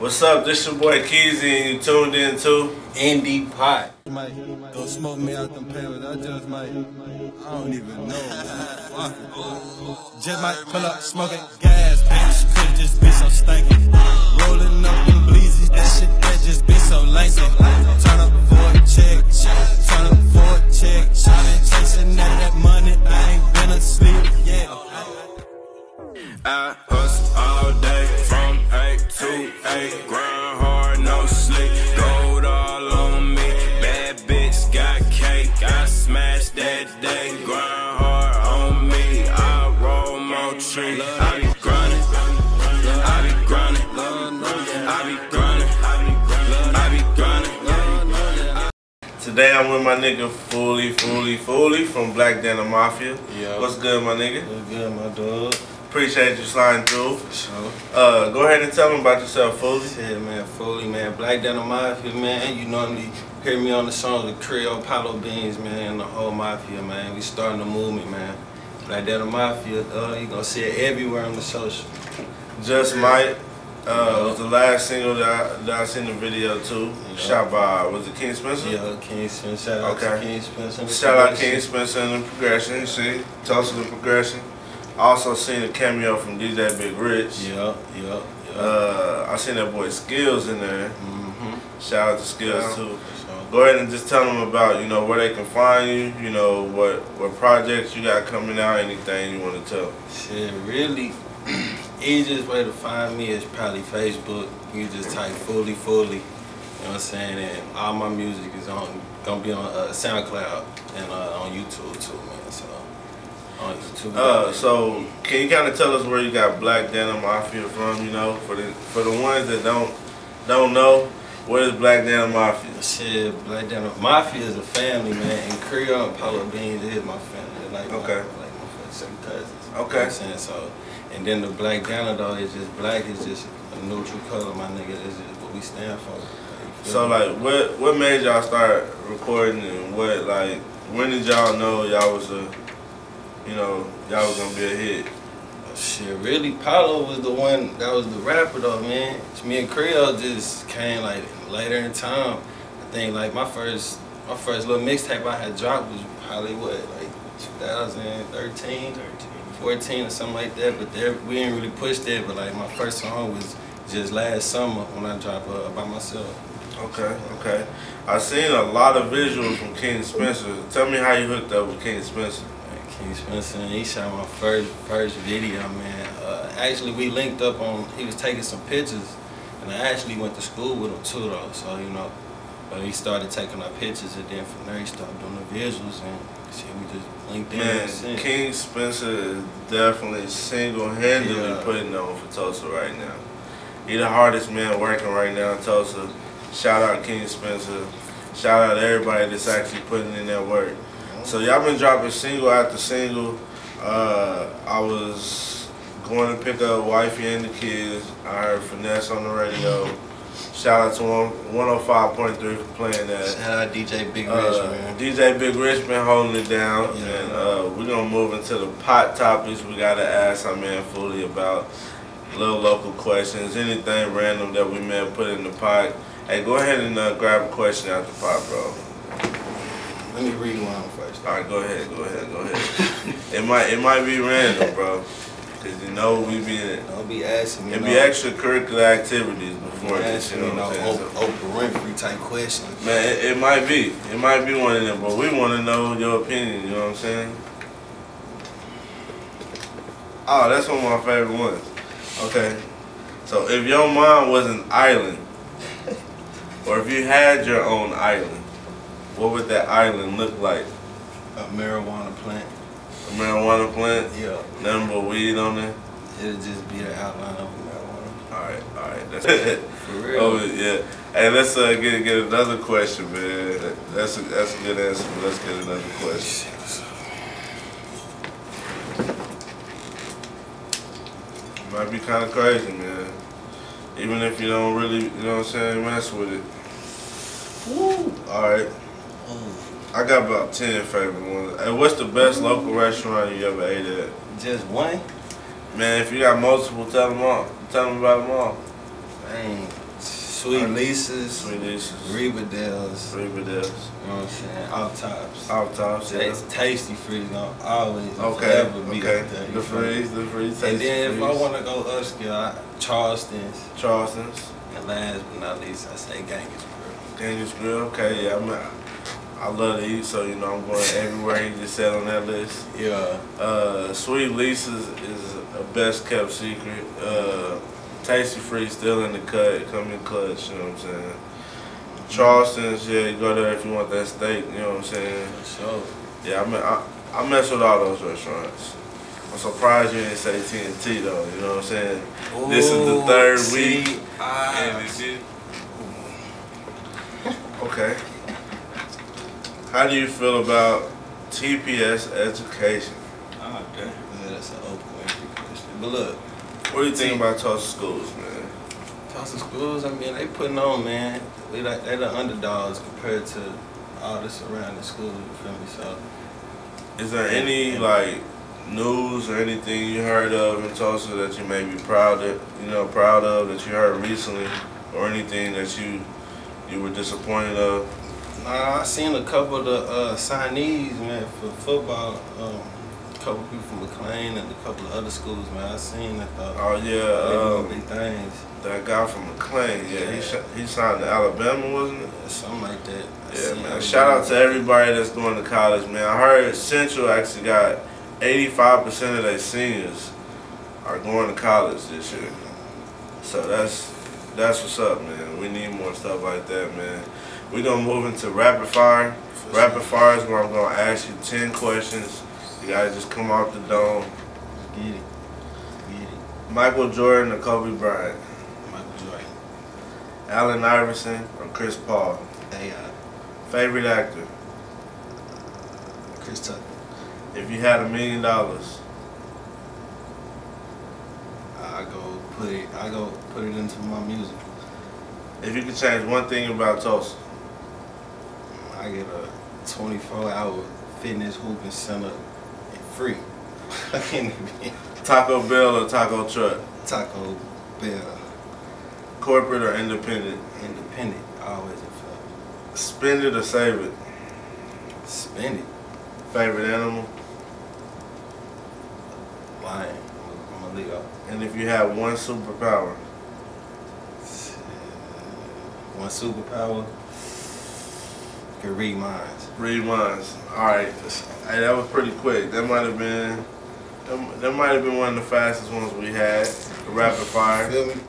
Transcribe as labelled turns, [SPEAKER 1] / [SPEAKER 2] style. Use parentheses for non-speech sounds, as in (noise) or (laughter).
[SPEAKER 1] What's up? This your boy Keezy, and you tuned in to
[SPEAKER 2] Indie Pot.
[SPEAKER 3] might don't smoke me out them parents. I just might. I don't even know. Fuck it. Just might pull up smoking gas, bitch. Could just be so stinking. Rolling up in bleezes, that shit that just be so lazy. Turn up for a check, turn up for a check. I've been chasing after that money, I ain't been asleep yet.
[SPEAKER 4] I hustle all day from 8 to 8. Grind hard, no sleep. Gold all on me. Bad bitch got cake. I smashed that day. Grind hard on me. I roll my tree. I be grinding. I be grinding. I be grinding. I be grinding.
[SPEAKER 1] today. I'm with my nigga Fully, Fully, Fully from Black Denim Mafia.
[SPEAKER 2] Yeah.
[SPEAKER 1] What's good, my nigga?
[SPEAKER 2] What's good, my dog?
[SPEAKER 1] Appreciate you sliding through.
[SPEAKER 2] So,
[SPEAKER 1] Uh, go ahead and tell them about yourself, Fully.
[SPEAKER 2] shit, man, Foley, man, Black Denim Mafia, man. You normally hear me on the song The Creole Palo Beans, man, and the whole Mafia, man. We starting the movement, man. Black Denim Mafia, uh, you gonna see it everywhere on the social.
[SPEAKER 1] Just Might. Uh, was the last single that I, that I seen the video to. Shot by was it King Spencer?
[SPEAKER 2] Yeah, King Spencer, shout out
[SPEAKER 1] Mm-hmm. Okay.
[SPEAKER 2] to King Spencer.
[SPEAKER 1] Shout out King Spencer and the progression. See, toss the progression. Also seen a cameo from DJ Big Rich.
[SPEAKER 2] Yeah, yeah, yeah.
[SPEAKER 1] Uh, I seen that boy Skills in there.
[SPEAKER 2] mm-hmm.
[SPEAKER 1] Shout out to Skills
[SPEAKER 2] Yeah.
[SPEAKER 1] too.
[SPEAKER 2] So,
[SPEAKER 1] Go ahead and just tell them about you know where they can find you. You know what what projects you got coming out. Anything you want to tell?
[SPEAKER 2] Shit, really, (clears throat) easiest way to find me is probably Facebook. You just type fully, fully. You know what I'm saying? And all my music is on, gonna be on uh, SoundCloud and uh, on YouTube too, man. So on YouTube.
[SPEAKER 1] Uh, so can you kind of tell us where you got Black Denim Mafia from? You know, for the for the ones that don't don't know, where is Black Denim Mafia?
[SPEAKER 2] shit, Black Denim Mafia is a family, man. And Creole and Polo Beans is my family. They're Like
[SPEAKER 1] Okay.
[SPEAKER 2] my, like my first second cousins. You know
[SPEAKER 1] Okay.
[SPEAKER 2] what I'm saying so, and then the Black Denim though is just black. It's just a neutral color, my nigga. It's just what we stand for. You feel
[SPEAKER 1] So
[SPEAKER 2] me?
[SPEAKER 1] like, what what made y'all start recording and what like when did y'all know y'all was a you know y'all was gonna be a hit?
[SPEAKER 2] Shit, really, Paulo was the one that was the rapper though, man. Me and Creole just came like later in time. I think like my first, my first little mixtape I had dropped was probably what, like 2013, 14 or something like that. But there, we didn't really push that. But like my first song was just last summer when I dropped uh, by myself.
[SPEAKER 1] Okay, okay. I seen a lot of visuals from King Spencer. Tell me how you hooked up with King Spencer.
[SPEAKER 2] Like King Spencer, and he shot my first first video, man. Uh, actually, we linked up on. He was taking some pictures, and I actually went to school with him too, though. So you know, but he started taking our pictures, and then from there he started doing the visuals, and shit, we just linked in.
[SPEAKER 1] Man,
[SPEAKER 2] ever since.
[SPEAKER 1] King Spencer is definitely single-handedly
[SPEAKER 2] Yeah.
[SPEAKER 1] putting on for Tulsa right now. He the hardest man working right now in Tulsa. Shout out King Spencer. Shout out everybody that's actually putting in that work. So y'all been dropping single after single. Uh, I was going to pick up wifey and the kids. I heard finesse on the radio. Shout out to one, 105.3 for playing that.
[SPEAKER 2] Shout out DJ Big Rich,
[SPEAKER 1] Uh,
[SPEAKER 2] man.
[SPEAKER 1] DJ Big Rich been holding it down,
[SPEAKER 2] Yeah.
[SPEAKER 1] and uh, we're gonna move into the pot topics. We gotta ask our man fully about little local questions, anything random that we may have put in the pot. Hey, go ahead and uh, grab a question out the pot, bro.
[SPEAKER 2] Let me read one first.
[SPEAKER 1] All right, go ahead, go ahead, go ahead.
[SPEAKER 2] (laughs)
[SPEAKER 1] it might it might be random, bro, because you know we be in
[SPEAKER 2] Don't be asking me.
[SPEAKER 1] it
[SPEAKER 2] no,
[SPEAKER 1] be extracurricular activities before
[SPEAKER 2] don't be
[SPEAKER 1] this.
[SPEAKER 2] asking
[SPEAKER 1] You know
[SPEAKER 2] me
[SPEAKER 1] what
[SPEAKER 2] no
[SPEAKER 1] I'm saying? So-
[SPEAKER 2] Oprah, Oprah Winfrey type questions.
[SPEAKER 1] Man, it, it might be. It might be one of them, but we want to know your opinion, you know what I'm saying? Oh, that's one of my favorite ones. Okay. So, if your mom was an island, or if you had your own island, what would that island look like?
[SPEAKER 2] A marijuana plant.
[SPEAKER 1] A marijuana plant?
[SPEAKER 2] Yeah,
[SPEAKER 1] Nothing but weed on there?
[SPEAKER 2] it'll just be the outline of a marijuana.
[SPEAKER 1] Alright, alright. That's (laughs) it.
[SPEAKER 2] For real.
[SPEAKER 1] Oh yeah. Hey, let's uh, get get another question, man. That's a, that's a good answer. but Let's get another question. Might be kind of crazy, man. Even if you don't really, you know what I'm saying, mess with it. All right. I got about ten favorite ones. Hey, what's the best local restaurant you ever ate at?
[SPEAKER 2] Just one?
[SPEAKER 1] Man, if you got multiple, tell them all. Tell them about them all.
[SPEAKER 2] Dang. Sweet Lisa's,
[SPEAKER 1] Releases.
[SPEAKER 2] Rebadels, you know
[SPEAKER 1] Rebadels.
[SPEAKER 2] what I'm saying? Off tops.
[SPEAKER 1] Off tops. Yeah.
[SPEAKER 2] Tasty, tasty freeze, no, always and
[SPEAKER 1] Okay.
[SPEAKER 2] forever be
[SPEAKER 1] Okay.
[SPEAKER 2] like that, you
[SPEAKER 1] The
[SPEAKER 2] feel me?
[SPEAKER 1] freeze. The freeze.
[SPEAKER 2] And
[SPEAKER 1] tasty
[SPEAKER 2] then if I
[SPEAKER 1] freeze.
[SPEAKER 2] want to go upscale, I, Charleston's.
[SPEAKER 1] Charleston's.
[SPEAKER 2] And last but not least, I say Genghis Grill.
[SPEAKER 1] Daniel's Grill. Okay. Yeah. I'm. I, I love to eat, so you know I'm going everywhere he just said on that list.
[SPEAKER 2] Yeah.
[SPEAKER 1] Uh, Sweet Lisa's is a best kept secret. Uh, Tasty Free still in the cut, coming clutch. You know what I'm saying? Charleston's, yeah, you go there if you want that steak. You know what I'm saying?
[SPEAKER 2] For sure.
[SPEAKER 1] Yeah, I mean, I, I mess with all those restaurants. I'm surprised you didn't say TNT though. You know what I'm saying? This is the third
[SPEAKER 2] Ooh,
[SPEAKER 1] week.
[SPEAKER 2] Ah,
[SPEAKER 1] Okay. How do you feel about TPS education?
[SPEAKER 2] ah, damn. Yeah, that's an open Winfrey question. But look,
[SPEAKER 1] What do you think about Tulsa schools, man?
[SPEAKER 2] Tulsa schools, I mean, they putting on, man. They like they the underdogs compared to all the surrounding schools. You feel me? So
[SPEAKER 1] Is there any like news or anything you heard of in Tulsa that you may be proud of, you know, proud of that you heard recently, or anything that you you were disappointed of?
[SPEAKER 2] Nah, I seen a couple of the uh, signees, man, for football. Um, a couple people from McLean and a couple of other schools, man. I seen that though.
[SPEAKER 1] Oh
[SPEAKER 2] they doing
[SPEAKER 1] yeah, um,
[SPEAKER 2] big things.
[SPEAKER 1] that guy from McLean, yeah, he
[SPEAKER 2] Yeah.
[SPEAKER 1] sh- he signed to Alabama, wasn't it?
[SPEAKER 2] Something like that. I
[SPEAKER 1] Yeah,
[SPEAKER 2] seen
[SPEAKER 1] man.
[SPEAKER 2] it.
[SPEAKER 1] Shout out to everybody that's going to college, man. I heard Central actually got 85% of their seniors are going to college this year. So that's that's what's up, man. We need more stuff like that, man. We're going to move into rapid fire. Rapid fire is where I'm going to ask you 10 questions. You guys just come off the dome.
[SPEAKER 2] Get it. Get it.
[SPEAKER 1] Michael Jordan or Kobe Bryant?
[SPEAKER 2] Michael Jordan.
[SPEAKER 1] Allen Iverson or Chris Paul?
[SPEAKER 2] Hey, uh,
[SPEAKER 1] Favorite actor?
[SPEAKER 2] Chris Tucker.
[SPEAKER 1] If you had a million dollars,
[SPEAKER 2] I go put it. I go put it into my music.
[SPEAKER 1] if you could change one thing about Tulsa,
[SPEAKER 2] I get a 24 hour fitness hooping center and free. (laughs) I can't even
[SPEAKER 1] Taco Bell or Taco Truck?
[SPEAKER 2] Taco Bell
[SPEAKER 1] Corporate or independent?
[SPEAKER 2] independent. Always in fun.
[SPEAKER 1] Spend it or save it?
[SPEAKER 2] Spend it.
[SPEAKER 1] Favorite animal?
[SPEAKER 2] Lying. I'm gonna leave out.
[SPEAKER 1] And if you had one superpower,
[SPEAKER 2] One superpower. Can read minds.
[SPEAKER 1] read minds. All right. Hey, that was pretty quick. That might have been. That might have been one of the fastest ones we had. The rapid fire.
[SPEAKER 2] Feel me?